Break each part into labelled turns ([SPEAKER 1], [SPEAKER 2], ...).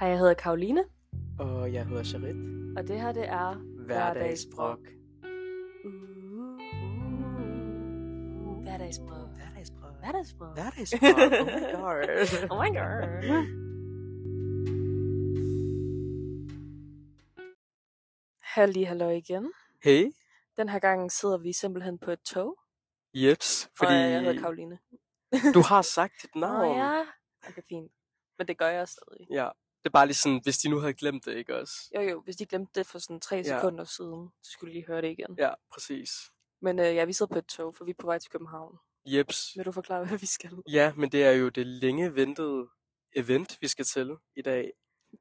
[SPEAKER 1] Og jeg hedder Karoline,
[SPEAKER 2] Og jeg hedder Charit.
[SPEAKER 1] og det her det er...
[SPEAKER 2] Hverdagsbrok.
[SPEAKER 1] Uh, Hverdagsbrød. Hverdagsbrød.
[SPEAKER 2] Hverdagsbrok. Hverdagsbrok. Oh
[SPEAKER 1] Oh
[SPEAKER 2] my god.
[SPEAKER 1] my god. Halli, hallo igen.
[SPEAKER 2] Hey.
[SPEAKER 1] Den her gang sidder vi simpelthen på et tog,
[SPEAKER 2] Jeps.
[SPEAKER 1] Fordi...
[SPEAKER 2] Fordi
[SPEAKER 1] og jeg hedder Karoline.
[SPEAKER 2] du har sagt dit
[SPEAKER 1] Nå,
[SPEAKER 2] navn.
[SPEAKER 1] ja. Okay, fint. Men det gør jeg stadig.
[SPEAKER 2] ja. Det er bare lige sådan, hvis de nu havde glemt det, ikke også?
[SPEAKER 1] Jo jo, hvis de glemte det for sådan tre
[SPEAKER 2] Ja.
[SPEAKER 1] sekunder siden, så skulle de lige høre det igen.
[SPEAKER 2] Ja, præcis.
[SPEAKER 1] Men øh, ja, vi sidder på et tog, for vi er på vej til København.
[SPEAKER 2] Jeps.
[SPEAKER 1] Vil du forklare, hvad vi skal
[SPEAKER 2] Ja, men det er jo det længe ventede event, vi skal til i dag.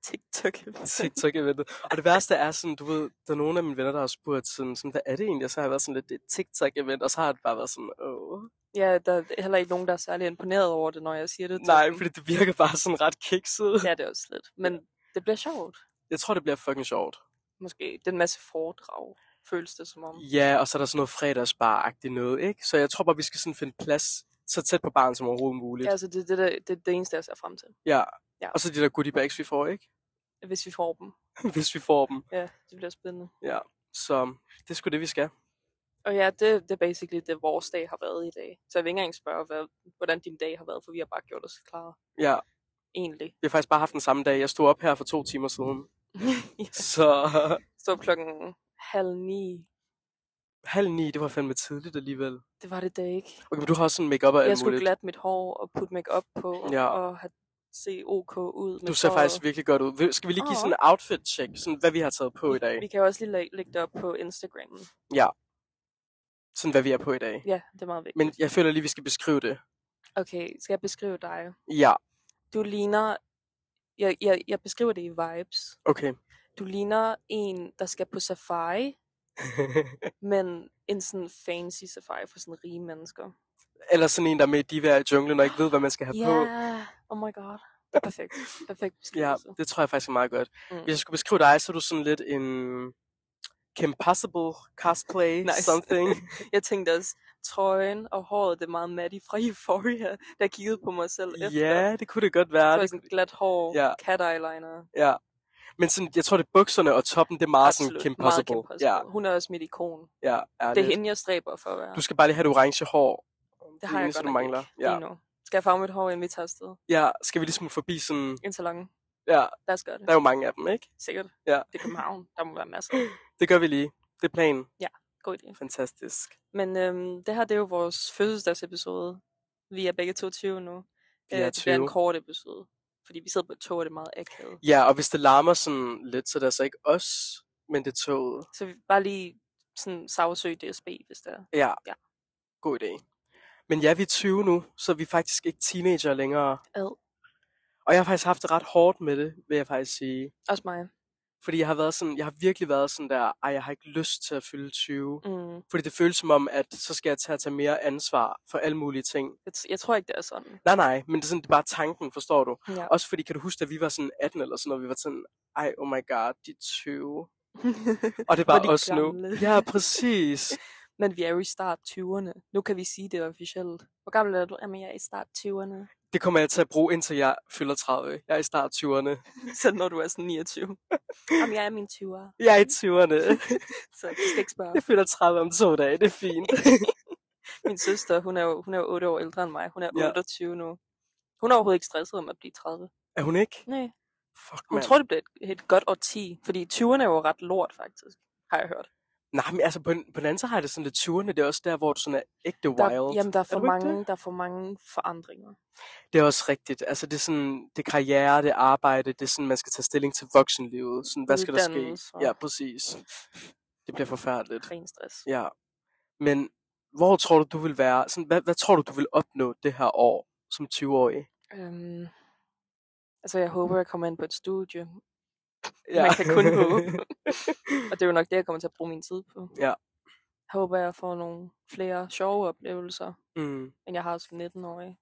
[SPEAKER 1] TikTok?
[SPEAKER 2] TikTok-eventet. Og det værste er sådan, du ved, der er nogle af mine venner, der har spurgt sådan, sådan hvad er det egentlig? Og så har jeg været sådan lidt, det er et TikTok-event, og så har det bare været sådan, åh.
[SPEAKER 1] Ja, der er heller ikke nogen, der er særlig imponeret over det, når jeg siger det. til
[SPEAKER 2] Nej,
[SPEAKER 1] dem.
[SPEAKER 2] fordi det virker bare sådan ret kikset.
[SPEAKER 1] Ja, det er også lidt. Men det bliver sjovt.
[SPEAKER 2] Jeg tror, det bliver fucking sjovt.
[SPEAKER 1] Måske. Det er en masse foredrag, føles det som om.
[SPEAKER 2] Ja, og så er der sådan noget fredagsbar-agtigt noget, ikke? Så jeg tror bare, vi skal sådan finde plads så tæt på barn som overhovedet muligt.
[SPEAKER 1] Ja, altså, det, det, det, det, er det eneste, jeg ser frem til,
[SPEAKER 2] Ja.
[SPEAKER 1] Ja.
[SPEAKER 2] Og så de der goodie bags, vi får, ikke?
[SPEAKER 1] hvis vi får dem.
[SPEAKER 2] Hvis vi får dem.
[SPEAKER 1] Ja, det bliver spændende.
[SPEAKER 2] Så det er sgu det, vi skal.
[SPEAKER 1] Og ja, det, det er basically det, vores dag har været i dag. Så jeg vil ikke engang spørge, hvad, hvordan din dag har været, for vi har bare gjort os klar.
[SPEAKER 2] Ja,
[SPEAKER 1] Egentlig.
[SPEAKER 2] vi har faktisk bare haft den samme dag. Jeg stod op her for to timer siden. Så
[SPEAKER 1] Så klokken halv ni.
[SPEAKER 2] halv ni, det var fandme tidligt alligevel.
[SPEAKER 1] Det var det da ikke.
[SPEAKER 2] Okay, men du har også sådan make-up og
[SPEAKER 1] Jeg
[SPEAKER 2] alt
[SPEAKER 1] skulle
[SPEAKER 2] muligt.
[SPEAKER 1] glatte mit hår og putte makeup på
[SPEAKER 2] Ja.
[SPEAKER 1] ja. og have, se OK ud.
[SPEAKER 2] Du ser faktisk virkelig godt ud. Vil- Skal vi lige give
[SPEAKER 1] Åh.
[SPEAKER 2] sådan en outfit-check, sådan hvad vi har taget på i dag?
[SPEAKER 1] Vi kan jo også lige læ- lægge det op på Instagram.
[SPEAKER 2] Sådan hvad vi er på i dag.
[SPEAKER 1] Ja, det er meget vigtigt.
[SPEAKER 2] Men jeg føler lige, vi skal beskrive det.
[SPEAKER 1] Okay, skal jeg beskrive dig?
[SPEAKER 2] Ja,
[SPEAKER 1] Du ligner... Jeg, jeg, jeg beskriver det i vibes.
[SPEAKER 2] okay.
[SPEAKER 1] Du ligner en, der skal på safari, men en sådan fancy safari for sådan rige mennesker.
[SPEAKER 2] Eller sådan en, der er med i diva i junglen og ikke ved, hvad man skal have
[SPEAKER 1] Ja,
[SPEAKER 2] på.
[SPEAKER 1] yeah. oh my god. Det er perfekt. Perfekt
[SPEAKER 2] Ja,
[SPEAKER 1] beskrivelse.
[SPEAKER 2] det tror jeg faktisk er meget godt.
[SPEAKER 1] Mm.
[SPEAKER 2] Hvis jeg skulle beskrive dig, så er du sådan lidt en Kim Possible cosplay
[SPEAKER 1] Nice.
[SPEAKER 2] something.
[SPEAKER 1] Jeg tænkte også, trøjen og håret, det er meget Maddie fra Euphoria, der kiggede på mig selv efter.
[SPEAKER 2] ja, det kunne det godt være.
[SPEAKER 1] Så var
[SPEAKER 2] Det,
[SPEAKER 1] jeg sådan glat hår,
[SPEAKER 2] Ja.
[SPEAKER 1] ja. cat eyeliner.
[SPEAKER 2] ja. Men sådan, jeg tror, det er bukserne og toppen, det er meget sådan Kim
[SPEAKER 1] meget
[SPEAKER 2] Possible.
[SPEAKER 1] Kim Possible. Ja. Hun er også mit ikon.
[SPEAKER 2] Ja, ja,
[SPEAKER 1] Det er hende, jeg stræber for at være.
[SPEAKER 2] Du skal bare lige have det orange hår.
[SPEAKER 1] det har jeg
[SPEAKER 2] eneste,
[SPEAKER 1] godt
[SPEAKER 2] du
[SPEAKER 1] nok
[SPEAKER 2] mangler.
[SPEAKER 1] ikke
[SPEAKER 2] Ja.
[SPEAKER 1] lige nu. Skal jeg farve mit hår, inden vi tager afsted?
[SPEAKER 2] Ja, skal vi ligesom forbi sådan...
[SPEAKER 1] En salon.
[SPEAKER 2] Ja,
[SPEAKER 1] Lad os gøre det.
[SPEAKER 2] der er jo mange af dem, ikke?
[SPEAKER 1] Sikkert.
[SPEAKER 2] Ja.
[SPEAKER 1] Det er København. Der må være masser.
[SPEAKER 2] Det gør vi lige. Det er planen.
[SPEAKER 1] God idé.
[SPEAKER 2] Fantastisk.
[SPEAKER 1] Men øhm, det her, det er jo vores fødselsdagsepisode. Vi er begge 22 nu.
[SPEAKER 2] Vi
[SPEAKER 1] Øh,
[SPEAKER 2] er
[SPEAKER 1] Det bliver
[SPEAKER 2] 20.
[SPEAKER 1] en kort episode. Fordi vi sidder på et tog, og det er meget akavet.
[SPEAKER 2] Ja, og hvis det larmer sådan lidt, så er det altså ikke os, men det er toget.
[SPEAKER 1] Så vi bare lige sådan sagsøg DSB, hvis det er.
[SPEAKER 2] Ja.
[SPEAKER 1] Ja.
[SPEAKER 2] God idé. Men ja, vi er 20 nu, så vi er faktisk ikke teenager længere.
[SPEAKER 1] Ad.
[SPEAKER 2] Og jeg har faktisk haft det ret hårdt med det, vil jeg faktisk sige.
[SPEAKER 1] Også mig.
[SPEAKER 2] Fordi jeg har, været sådan, jeg har virkelig været sådan der, ej, jeg har ikke lyst til at fylde 20.
[SPEAKER 1] Mm.
[SPEAKER 2] Fordi det føles som om, at så skal jeg tage, tage mere ansvar for alle mulige ting.
[SPEAKER 1] Jeg, t- jeg tror ikke, det er sådan.
[SPEAKER 2] Nej, nej, men det er, sådan, det er bare tanken, forstår du?
[SPEAKER 1] Ja.
[SPEAKER 2] Også fordi, kan du huske, at vi var sådan 18 eller sådan noget, vi var sådan, ej, oh my god, de er 20. Og det er
[SPEAKER 1] Og
[SPEAKER 2] bare
[SPEAKER 1] de
[SPEAKER 2] os nu.
[SPEAKER 1] gamle.
[SPEAKER 2] Ja, præcis.
[SPEAKER 1] Men vi er jo i start 20'erne. Nu kan vi sige det officielt. Hvor gammel er du? Jamen, jeg er i start 20'erne.
[SPEAKER 2] Det kommer jeg til at bruge, indtil jeg fylder 30. Jeg er i start 20'erne.
[SPEAKER 1] Så når du er sådan 29. Jamen, jeg er min 20'er.
[SPEAKER 2] Jeg er i 20'erne.
[SPEAKER 1] Så du skal ikke spørge.
[SPEAKER 2] Jeg fylder 30 om to dage, det er fint.
[SPEAKER 1] Min søster, hun er jo hun er jo 8 år ældre end mig. Hun er
[SPEAKER 2] Ja.
[SPEAKER 1] 28 nu. Hun er overhovedet ikke stresset om at blive 30.
[SPEAKER 2] Er hun ikke?
[SPEAKER 1] Nej.
[SPEAKER 2] Fuck,
[SPEAKER 1] Hun
[SPEAKER 2] man.
[SPEAKER 1] tror, det bliver et, et godt årti. Fordi 20'erne er jo ret lort, faktisk. Har jeg hørt.
[SPEAKER 2] Nej, men altså, på, en, på den anden side har jeg det sådan lidt 20'erne. Det er også der, hvor du sådan er ægte wild.
[SPEAKER 1] Der, jamen, der er,
[SPEAKER 2] Er
[SPEAKER 1] for
[SPEAKER 2] du ikke
[SPEAKER 1] mange,
[SPEAKER 2] Det?
[SPEAKER 1] der er for mange forandringer.
[SPEAKER 2] det er også rigtigt. Altså, det er sådan, det er karriere, det er arbejde. Det er sådan, man skal tage stilling til voksenlivet. Sådan, hvad skal der ske?
[SPEAKER 1] Uddannelse.
[SPEAKER 2] Ja, præcis. Det bliver forfærdeligt.
[SPEAKER 1] Ren stress.
[SPEAKER 2] Ja. Men hvor tror du, du vil være? Sådan, hvad, hvad tror du, du vil opnå det her år som 20-årig?
[SPEAKER 1] Øhm, altså, jeg håber, jeg kommer ind på et studie. Man kan kun håbe. Og det er jo nok det, jeg kommer til at bruge min tid på.
[SPEAKER 2] Ja.
[SPEAKER 1] Jeg håber, jeg får nogle flere sjove oplevelser,
[SPEAKER 2] mm.
[SPEAKER 1] end jeg har som 19-årig.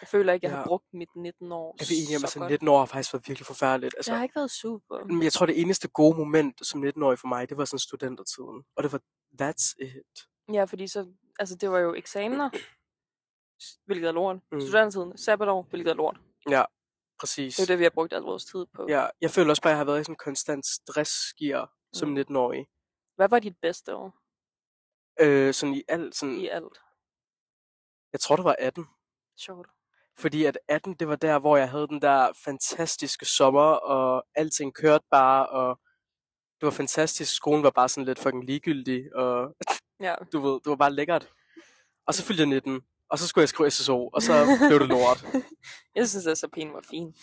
[SPEAKER 1] Jeg føler ikke, jeg
[SPEAKER 2] Ja.
[SPEAKER 1] har brugt mit 19 år
[SPEAKER 2] Jeg vil enige om, at
[SPEAKER 1] så
[SPEAKER 2] sådan
[SPEAKER 1] godt.
[SPEAKER 2] 19 år har faktisk været virkelig forfærdeligt. Altså, Mm.
[SPEAKER 1] Det har ikke været super.
[SPEAKER 2] Men jeg tror, det eneste gode moment som 19-årig for mig, det var sådan studentertiden. Og det var, that's it.
[SPEAKER 1] Ja, fordi så, altså, det var jo eksamener, s- hvilket er lort.
[SPEAKER 2] Mm.
[SPEAKER 1] Mm. Studentertiden, sabbatår, hvilket er lort.
[SPEAKER 2] Ja. præcis.
[SPEAKER 1] Det er jo det, vi har brugt al vores tid på.
[SPEAKER 2] Ja, jeg føler også bare, at jeg har været i sådan en konstant stressgear som
[SPEAKER 1] Mm.
[SPEAKER 2] 19-årig.
[SPEAKER 1] Hvad var dit bedste år
[SPEAKER 2] Øh, sådan i alt, sådan,
[SPEAKER 1] i alt?
[SPEAKER 2] jeg tror det var 18.
[SPEAKER 1] Sjovt.
[SPEAKER 2] Fordi at 18, det var der, hvor jeg havde den der fantastiske sommer, og alting kørte bare, og det var fantastisk. Skolen var bare sådan lidt fucking ligegyldig, og
[SPEAKER 1] Ja.
[SPEAKER 2] du ved, det var bare lækkert. Og så fyldte jeg 19, og så skulle jeg skrive SSO, og så blev det lort.
[SPEAKER 1] Jeg synes, at SAP'en var fin.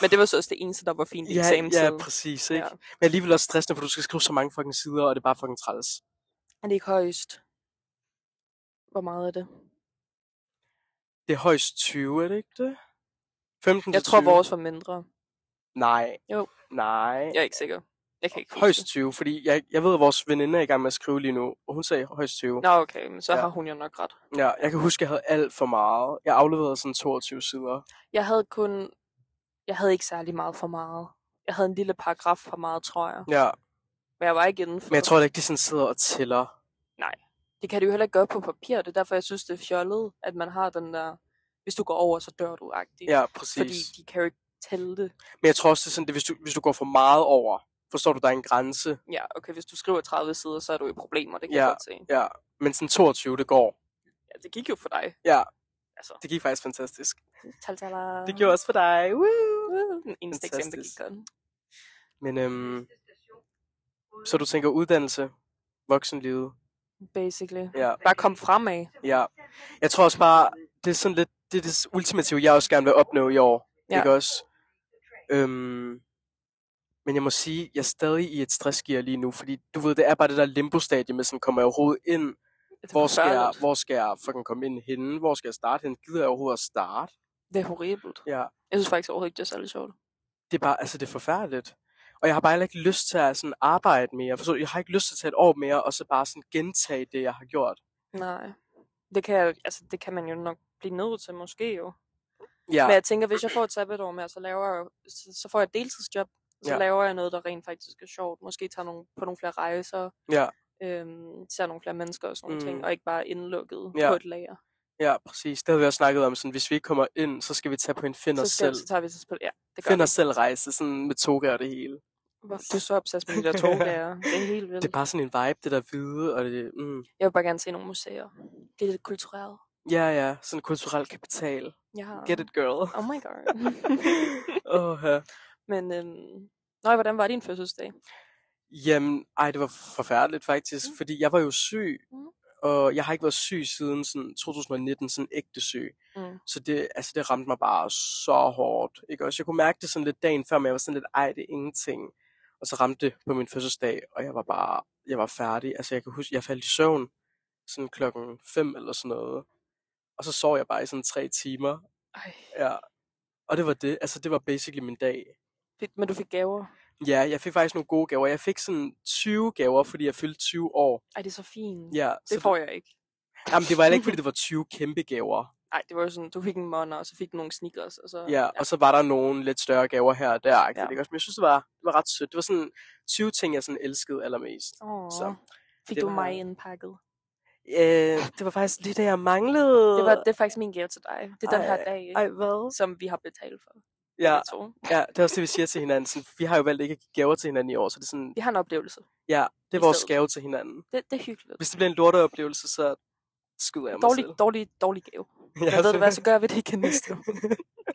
[SPEAKER 1] Men det var så også det eneste, der var fint i
[SPEAKER 2] ja,
[SPEAKER 1] eksamenstiden.
[SPEAKER 2] ja, præcis, ikke? Men alligevel også stressende, for du skal skrive så mange fucking sider, og det er bare fucking træls.
[SPEAKER 1] Er det ikke højst? Hvor meget er det?
[SPEAKER 2] Det er højst 20, er det ikke det? 15
[SPEAKER 1] Jeg
[SPEAKER 2] til
[SPEAKER 1] tror,
[SPEAKER 2] 20.
[SPEAKER 1] vores var mindre.
[SPEAKER 2] Nej.
[SPEAKER 1] Jo.
[SPEAKER 2] Nej.
[SPEAKER 1] Jeg er ikke sikker. Jeg kan ikke huske
[SPEAKER 2] Højst
[SPEAKER 1] det.
[SPEAKER 2] 20, fordi jeg, jeg ved, at vores veninde er i gang med at skrive lige nu, og hun sagde højst 20.
[SPEAKER 1] Nå, okay, men så
[SPEAKER 2] Ja.
[SPEAKER 1] ja. har hun jo nok ret.
[SPEAKER 2] Ja, jeg kan huske, at jeg havde alt for meget. Jeg afleverede sådan 22 sider.
[SPEAKER 1] Jeg havde kun... Jeg havde ikke særlig meget for meget. Jeg havde en lille paragraf for meget, tror jeg.
[SPEAKER 2] Ja,
[SPEAKER 1] Men jeg var ikke inden for.
[SPEAKER 2] men jeg tror da ikke, de sådan sidder og tæller.
[SPEAKER 1] Det kan du jo heller ikke gøre på papir, og det er derfor, jeg synes, det er fjollet, at man har den der... Hvis du går over, så dør du agtigt.
[SPEAKER 2] Ja, præcis.
[SPEAKER 1] fordi de kan jo ikke tælle det.
[SPEAKER 2] Men jeg tror også, det er sådan, det, hvis, du, hvis du går for meget over, forstår du, der er en grænse.
[SPEAKER 1] Ja, okay, hvis du skriver 30 sider, så er du i problemer, det kan
[SPEAKER 2] Ja.
[SPEAKER 1] jeg godt se.
[SPEAKER 2] Ja, men sådan 22, det går.
[SPEAKER 1] Ja, det gik jo for dig.
[SPEAKER 2] Ja.
[SPEAKER 1] Altså,
[SPEAKER 2] Det gik faktisk fantastisk.
[SPEAKER 1] tal
[SPEAKER 2] Det gjorde også for dig. Woo!
[SPEAKER 1] den eneste eksamen, der gik
[SPEAKER 2] Fantastisk.
[SPEAKER 1] godt.
[SPEAKER 2] Men øhm, så du tænker uddannelse, voksenlivet.
[SPEAKER 1] Basically.
[SPEAKER 2] Ja,
[SPEAKER 1] Bare kom fremad.
[SPEAKER 2] ja. Jeg tror også bare, det er sådan lidt det, er det ultimative, jeg også gerne vil opnå i år. Ja.
[SPEAKER 1] Ja.
[SPEAKER 2] Ikke også? Øhm, men jeg må sige, jeg er stadig i et stressgear lige nu, fordi du ved, det er bare det der limbo-stadie med sådan, kommer jeg overhovedet ind?
[SPEAKER 1] Det er
[SPEAKER 2] Hvor skal jeg,
[SPEAKER 1] forfærdeligt.
[SPEAKER 2] hvor skal jeg fucking komme ind henne? Hvor skal jeg starte henne? Gider jeg overhovedet at starte?
[SPEAKER 1] Det er horribelt.
[SPEAKER 2] Ja.
[SPEAKER 1] Jeg synes faktisk overhovedet ikke, det er særlig sjovt.
[SPEAKER 2] det er bare, altså det er forfærdeligt. Og jeg har bare heller ikke lyst til at sådan arbejde mere. Forstår, du? jeg har ikke lyst til at tage et år mere, og så bare sådan gentage det, jeg har gjort.
[SPEAKER 1] Nej. Det kan, jeg, altså, det kan man jo nok blive nødt til, måske jo.
[SPEAKER 2] Ja,
[SPEAKER 1] Men jeg tænker, hvis jeg får et sabbatår mere, så, laver jeg, så, så får jeg et deltidsjob. Så
[SPEAKER 2] Ja.
[SPEAKER 1] ja. laver jeg noget, der rent faktisk er sjovt. Måske tager nogle, på nogle flere rejser.
[SPEAKER 2] Ja.
[SPEAKER 1] Øhm, ser nogle flere mennesker og sådan nogle
[SPEAKER 2] Mm.
[SPEAKER 1] ting. Og ikke bare indlukket
[SPEAKER 2] Ja.
[SPEAKER 1] ja. på et lager.
[SPEAKER 2] ja, præcis. Det havde vi også snakket om, sådan, hvis vi ikke kommer ind, så skal vi tage på en find
[SPEAKER 1] Så,
[SPEAKER 2] os
[SPEAKER 1] skal,
[SPEAKER 2] selv.
[SPEAKER 1] så tager vi så på Ja, det gør
[SPEAKER 2] Find
[SPEAKER 1] vi.
[SPEAKER 2] os selv rejse, sådan med toga og det hele.
[SPEAKER 1] Hvor- Du er så opsat med de der toglager. Det er helt vildt.
[SPEAKER 2] Det er bare sådan en vibe, det der hvide, og det, mm,
[SPEAKER 1] Jeg vil bare gerne se nogle museer. Det er lidt kulturelt.
[SPEAKER 2] ja, ja, sådan kulturel kapital.
[SPEAKER 1] Ja.
[SPEAKER 2] Get it, girl.
[SPEAKER 1] Oh my god.
[SPEAKER 2] Åh, ja.
[SPEAKER 1] Men, øhm, nøj, hvordan var din fødselsdag?
[SPEAKER 2] Jamen, ej, det var forfærdeligt faktisk,
[SPEAKER 1] Mm.
[SPEAKER 2] fordi jeg var jo syg,
[SPEAKER 1] Mm.
[SPEAKER 2] og jeg har ikke været syg siden sådan 2019, sådan ægte syg.
[SPEAKER 1] Mm.
[SPEAKER 2] Så det, altså, det ramte mig bare så hårdt. Ikke? Også jeg kunne mærke det sådan lidt dagen før, men jeg var sådan lidt, ej, det er ingenting. Og så ramte det på min fødselsdag, og jeg var bare, jeg var færdig. Altså jeg kan huske, jeg faldt i søvn sådan klokken 5 eller sådan noget. Og så sov jeg bare i sådan tre timer.
[SPEAKER 1] Ej,
[SPEAKER 2] Ja. Og det var det. Altså det var basically min dag.
[SPEAKER 1] fedt, men du fik gaver.
[SPEAKER 2] Ja, jeg fik faktisk nogle gode gaver. Jeg fik sådan 20 gaver, fordi jeg fyldte 20 år.
[SPEAKER 1] Ej, det er så fint.
[SPEAKER 2] Ja,
[SPEAKER 1] Det får jeg ikke.
[SPEAKER 2] det, jamen, det var heller ikke, fordi det var 20 kæmpe gaver.
[SPEAKER 1] Ej, det var jo sådan, du fik en måned, og så fik du nogle sneakers, og så...
[SPEAKER 2] Ja, og så var der nogle lidt større gaver her og der. Ja.
[SPEAKER 1] Ja.
[SPEAKER 2] Ikke? også? Men jeg synes, det var, det var ret sødt. Det var sådan 20 ting, jeg sådan elskede allermest.
[SPEAKER 1] Åh,
[SPEAKER 2] så
[SPEAKER 1] fik
[SPEAKER 2] det
[SPEAKER 1] du
[SPEAKER 2] var-
[SPEAKER 1] mig indpakket.
[SPEAKER 2] Øh, det var faktisk det, der jeg manglede.
[SPEAKER 1] Det, var, det er faktisk min gave til dig. Det er den
[SPEAKER 2] Ej,
[SPEAKER 1] her dag,
[SPEAKER 2] Ej, hvad?
[SPEAKER 1] som vi har betalt for.
[SPEAKER 2] Ja,
[SPEAKER 1] begge To.
[SPEAKER 2] ja, det er også det, vi siger til hinanden. Sådan, vi har jo valgt ikke at give gaver til hinanden i år, så det er, sådan,
[SPEAKER 1] Vi har en oplevelse.
[SPEAKER 2] ja, det er
[SPEAKER 1] I
[SPEAKER 2] vores
[SPEAKER 1] stedet.
[SPEAKER 2] gave til hinanden.
[SPEAKER 1] Det, det er hyggeligt.
[SPEAKER 2] Hvis det bliver en lorteoplevelse, så skyder jeg mig
[SPEAKER 1] Dårlig,
[SPEAKER 2] selv.
[SPEAKER 1] dårlig, dårlig gave.
[SPEAKER 2] Ja,
[SPEAKER 1] Jeg ved
[SPEAKER 2] så-
[SPEAKER 1] det hvad, så gør vi det igen næste år.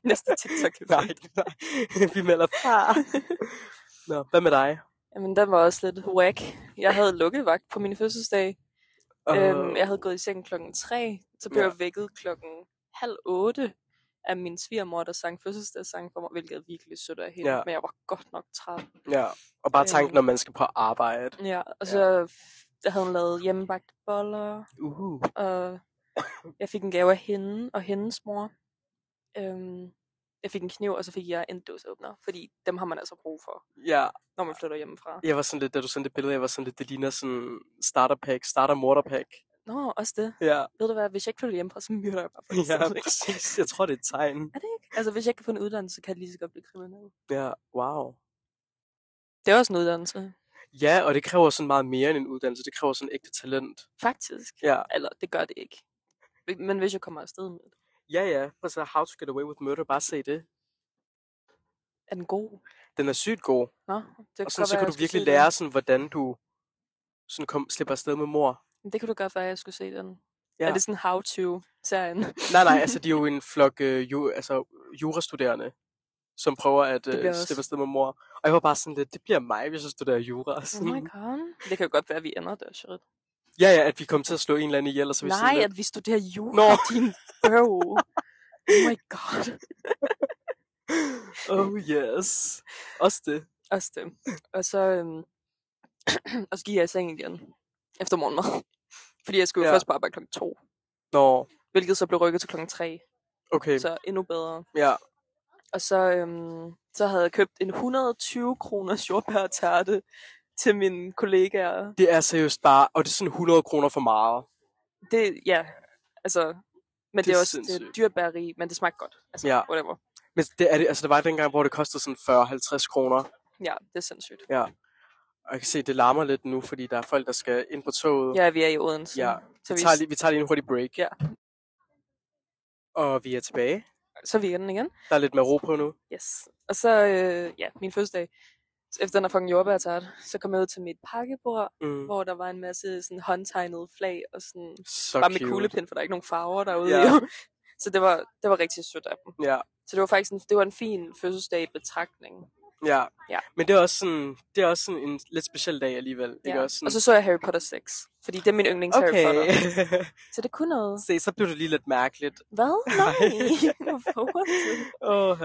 [SPEAKER 1] Næste TikTok.
[SPEAKER 2] nej, nej, vi melder fra.
[SPEAKER 1] Ah.
[SPEAKER 2] Nå, hvad med dig?
[SPEAKER 1] Jamen, den var også lidt whack. Jeg havde lukkevagt på min fødselsdag. Øhm, jeg havde gået i seng klokken 3, så blev
[SPEAKER 2] Ja.
[SPEAKER 1] ja. jeg vækket klokken halv 8 af min svigermor, der sang fødselsdagssang for mig, hvilket er virkelig sødt af hende,
[SPEAKER 2] Ja.
[SPEAKER 1] ja. men jeg var godt nok træt.
[SPEAKER 2] Ja, og bare
[SPEAKER 1] øhm,
[SPEAKER 2] tanken, når man skal på arbejde.
[SPEAKER 1] Ja, og så ja. havde hun lavet hjemmebagte boller, Uhuh.
[SPEAKER 2] Uh.
[SPEAKER 1] og jeg fik en gave af hende og hendes mor. Øhm, jeg fik en kniv, og så fik jeg en dåseåbner, fordi dem har man altså brug for,
[SPEAKER 2] Ja,
[SPEAKER 1] når man flytter hjemmefra.
[SPEAKER 2] jeg var sådan lidt, da du sendte det billede, jeg var sådan lidt, det ligner sådan starter pack, starter mortar pack.
[SPEAKER 1] Nå, også det.
[SPEAKER 2] Ja,
[SPEAKER 1] Ved du hvad, hvis jeg ikke flytter hjemmefra, så myrder jeg bare folk.
[SPEAKER 2] ja
[SPEAKER 1] Sådan set.
[SPEAKER 2] præcis. Jeg tror, det er et tegn.
[SPEAKER 1] Er det ikke? Altså, hvis jeg ikke kan få en uddannelse, så kan jeg lige så godt blive kriminel.
[SPEAKER 2] Ja, wow.
[SPEAKER 1] Det er også en uddannelse,
[SPEAKER 2] Ja, og det kræver sådan meget mere end en uddannelse. Det kræver sådan ægte talent.
[SPEAKER 1] faktisk.
[SPEAKER 2] Ja,
[SPEAKER 1] Eller, det gør det ikke. Men hvis jeg kommer afsted med det.
[SPEAKER 2] ja, ja. Altså, How to Get Away with Murder, bare se det.
[SPEAKER 1] Er den god?
[SPEAKER 2] Den er sygt god.
[SPEAKER 1] Nå, det
[SPEAKER 2] og
[SPEAKER 1] godt
[SPEAKER 2] sådan, så
[SPEAKER 1] være,
[SPEAKER 2] kan
[SPEAKER 1] jeg
[SPEAKER 2] du
[SPEAKER 1] skulle
[SPEAKER 2] virkelig
[SPEAKER 1] se den.
[SPEAKER 2] lære, sådan, hvordan du sådan kom, slipper afsted med mor.
[SPEAKER 1] Men Det kunne du godt være, at jeg skulle se den. Ja.
[SPEAKER 2] Ja.
[SPEAKER 1] Er det sådan how-to-serien?
[SPEAKER 2] Nej, nej, altså de er jo en flok øh, ju, altså, jurastuderende, som prøver at
[SPEAKER 1] bliver
[SPEAKER 2] øh,
[SPEAKER 1] også-
[SPEAKER 2] slippe afsted med mor. Og jeg var bare sådan lidt, det bliver mig, hvis jeg studerer jura.
[SPEAKER 1] Oh
[SPEAKER 2] Sådan,
[SPEAKER 1] my god. Det kan jo godt være, at vi ender der, Shred.
[SPEAKER 2] ja, ja, at vi kom til at slå en eller anden ihjel, og så er vi sådan
[SPEAKER 1] Nej,
[SPEAKER 2] lidt,
[SPEAKER 1] at vi studerer jura,
[SPEAKER 2] Nå.
[SPEAKER 1] Nå. din bøv. Oh my god.
[SPEAKER 2] oh yes. Også det.
[SPEAKER 1] Også det. Og så, øhm, og så gik jeg i seng igen. Efter morgenmad. Fordi jeg skulle jo
[SPEAKER 2] Ja.
[SPEAKER 1] ja. først på arbejde klokken to.
[SPEAKER 2] Nå,
[SPEAKER 1] Hvilket så blev rykket til klokken tre.
[SPEAKER 2] okay, så.
[SPEAKER 1] Så endnu bedre.
[SPEAKER 2] ja.
[SPEAKER 1] Og så, øhm, så havde jeg købt en 120 kroners jordbærtærte til mine kollegaer.
[SPEAKER 2] Det er seriøst bare, og det er sådan 100 kroner for meget.
[SPEAKER 1] Det, ja, altså... Men det,
[SPEAKER 2] Det
[SPEAKER 1] det
[SPEAKER 2] er
[SPEAKER 1] er også det er
[SPEAKER 2] sindssygt.
[SPEAKER 1] dyrt bageri, men det smagte godt. Altså,
[SPEAKER 2] Ja.
[SPEAKER 1] ja. whatever.
[SPEAKER 2] Men det, er det, altså, det var dengang, hvor det kostede sådan 40-50 kroner.
[SPEAKER 1] Ja, det er sindssygt.
[SPEAKER 2] Og jeg kan se, det larmer lidt nu, fordi der er folk, der skal ind på toget.
[SPEAKER 1] Ja, vi er i Odense.
[SPEAKER 2] ja.
[SPEAKER 1] så,
[SPEAKER 2] Vi,
[SPEAKER 1] vi,
[SPEAKER 2] tager lige, vi tager lige en hurtig break.
[SPEAKER 1] Ja.
[SPEAKER 2] Og vi er tilbage.
[SPEAKER 1] så er vi i den igen.
[SPEAKER 2] Der er lidt mere ro på nu.
[SPEAKER 1] Yes. Og så, øh, ja, min første dag, så efter den her fucking jordbærtart, så kom jeg ud til mit pakkebord,
[SPEAKER 2] Mm.
[SPEAKER 1] hvor der var en masse sådan håndtegnede flag og sådan...
[SPEAKER 2] Så
[SPEAKER 1] bare
[SPEAKER 2] cute.
[SPEAKER 1] med kuglepind, for der er ikke nogen farver derude.
[SPEAKER 2] Ja.
[SPEAKER 1] Ja. så det var, det var rigtig sødt af dem.
[SPEAKER 2] Ja,
[SPEAKER 1] Så det var faktisk en, det var en fin fødselsdag i betragtning.
[SPEAKER 2] ja.
[SPEAKER 1] Ja.
[SPEAKER 2] Men det er også sådan, det er også sådan en lidt speciel dag alligevel. Ikke
[SPEAKER 1] Ja.
[SPEAKER 2] også sådan,
[SPEAKER 1] Og så så jeg Harry Potter 6, fordi det er min yndlings Harry
[SPEAKER 2] okay.
[SPEAKER 1] Potter. Så det kunne noget.
[SPEAKER 2] se, så blev det lige lidt mærkeligt.
[SPEAKER 1] Hvad? Nej. Hvorfor?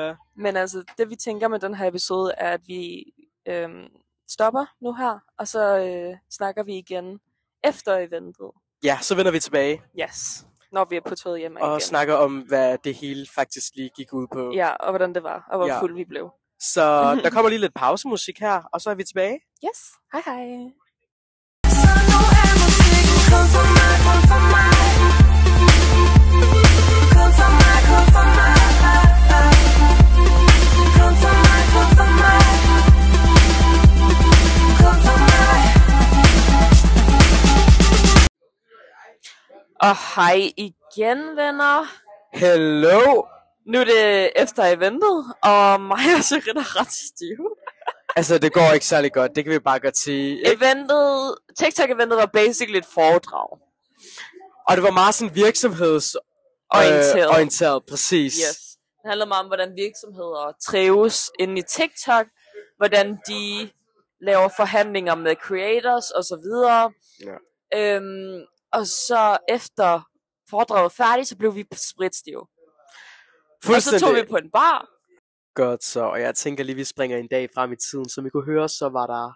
[SPEAKER 2] Åh,
[SPEAKER 1] Men altså, det vi tænker med den her episode, er, at vi øhm, stopper nu her, og så øh, snakker vi igen efter eventet.
[SPEAKER 2] Ja, så vender vi tilbage
[SPEAKER 1] Yes. Når vi er på toget hjemme
[SPEAKER 2] og
[SPEAKER 1] igen.
[SPEAKER 2] snakker om, hvad det hele faktisk lige gik ud på.
[SPEAKER 1] Ja, og hvordan det var, og hvor
[SPEAKER 2] Ja.
[SPEAKER 1] ja. fuld vi blev.
[SPEAKER 2] Så der kommer lige lidt pausemusik her, og så er vi tilbage.
[SPEAKER 1] Yes. Hej hej. Og hej igen, venner.
[SPEAKER 2] Hello!
[SPEAKER 1] Nu er det efter eventet, og mig og Shirin er ret stive.
[SPEAKER 2] Altså, det går ikke særlig godt, det kan vi bare godt sige. ikke?
[SPEAKER 1] Eventet, TikTok-eventet var basically et foredrag.
[SPEAKER 2] Øh, Og det var meget sådan virksomhedsorienteret.
[SPEAKER 1] Orienteret.
[SPEAKER 2] Øh, orienteret, præcis.
[SPEAKER 1] Yes. Det handler meget om, hvordan virksomheder trives inde i TikTok, hvordan de laver forhandlinger med creators osv.
[SPEAKER 2] Ja.
[SPEAKER 1] Øhm, og så efter foredraget var færdigt, så blev vi spritstive. Og så
[SPEAKER 2] Fuldstændig.
[SPEAKER 1] tog vi på en bar.
[SPEAKER 2] Godt så, og jeg tænker lige, vi springer en dag frem i tiden. Som I kunne høre, så var der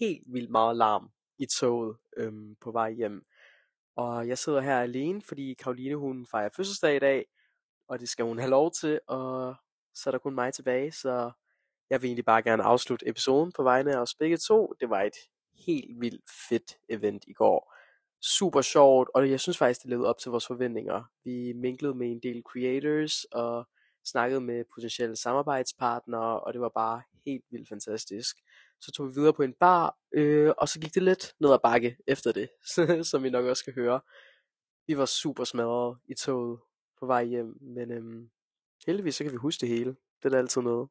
[SPEAKER 2] helt vildt meget larm i toget øhm, på vej hjem. Og jeg sidder her alene, fordi Karoline hun fejrer fødselsdag i dag, og det skal hun have lov til, og så er der kun mig tilbage, så jeg vil egentlig bare gerne afslutte episoden på vegne af os begge to. Det var et helt vildt fedt event i går. Super sjovt, og jeg synes faktisk, det levede op til vores forventninger. Vi minglede med en del creators, og snakkede med potentielle samarbejdspartnere, og det var bare helt vildt fantastisk. Så tog vi videre på en bar, øh, og så gik det lidt ned ad bakke efter det, som vi nok også skal høre. Vi var super smadret i toget på vej hjem, men øhm, heldigvis så kan vi huske det hele. Det er da altid noget.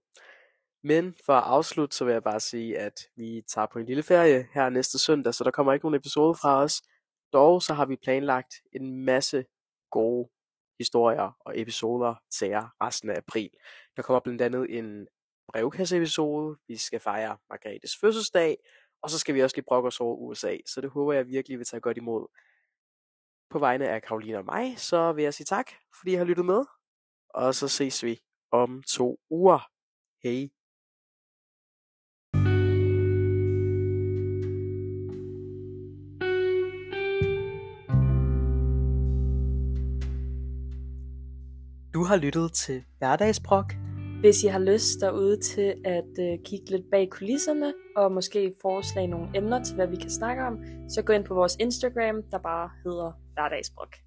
[SPEAKER 2] Men for at afslutte, så vil jeg bare sige, at vi tager på en lille ferie her næste søndag, så der kommer ikke nogen episode fra os. Dog så har vi planlagt en masse gode historier og episoder til jer resten af april. Der kommer blandt andet en brevkasseepisode, vi skal fejre Margrethes fødselsdag, og så skal vi også lige brokke os over USA, så det håber jeg virkelig vil tage godt imod. På vegne af Karoline og mig, så vil jeg sige tak, fordi I har lyttet med, og så ses vi om to uger. Hej! Du har lyttet til Hverdagsbrok.
[SPEAKER 1] Hvis I har lyst derude til at øh, kigge lidt bag kulisserne, og måske foreslage nogle emner til, hvad vi kan snakke om, så gå ind på vores Instagram, der bare hedder Hverdagsbrok.